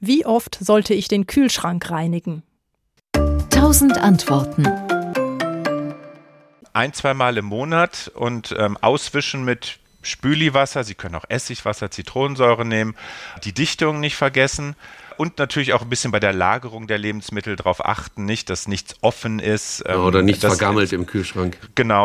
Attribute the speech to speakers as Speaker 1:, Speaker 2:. Speaker 1: Wie oft sollte ich den Kühlschrank reinigen?
Speaker 2: 1000 Antworten.
Speaker 3: ein, zweimal im Monat und ähm, auswischen mit Spüliwasser. Sie können auch Essigwasser, Zitronensäure nehmen. Die Dichtung nicht vergessen. Und natürlich auch ein bisschen bei der Lagerung der Lebensmittel darauf achten, nicht, dass nichts offen ist. ähm,
Speaker 4: Oder nichts
Speaker 3: dass-
Speaker 4: vergammelt im Kühlschrank.
Speaker 3: Genau,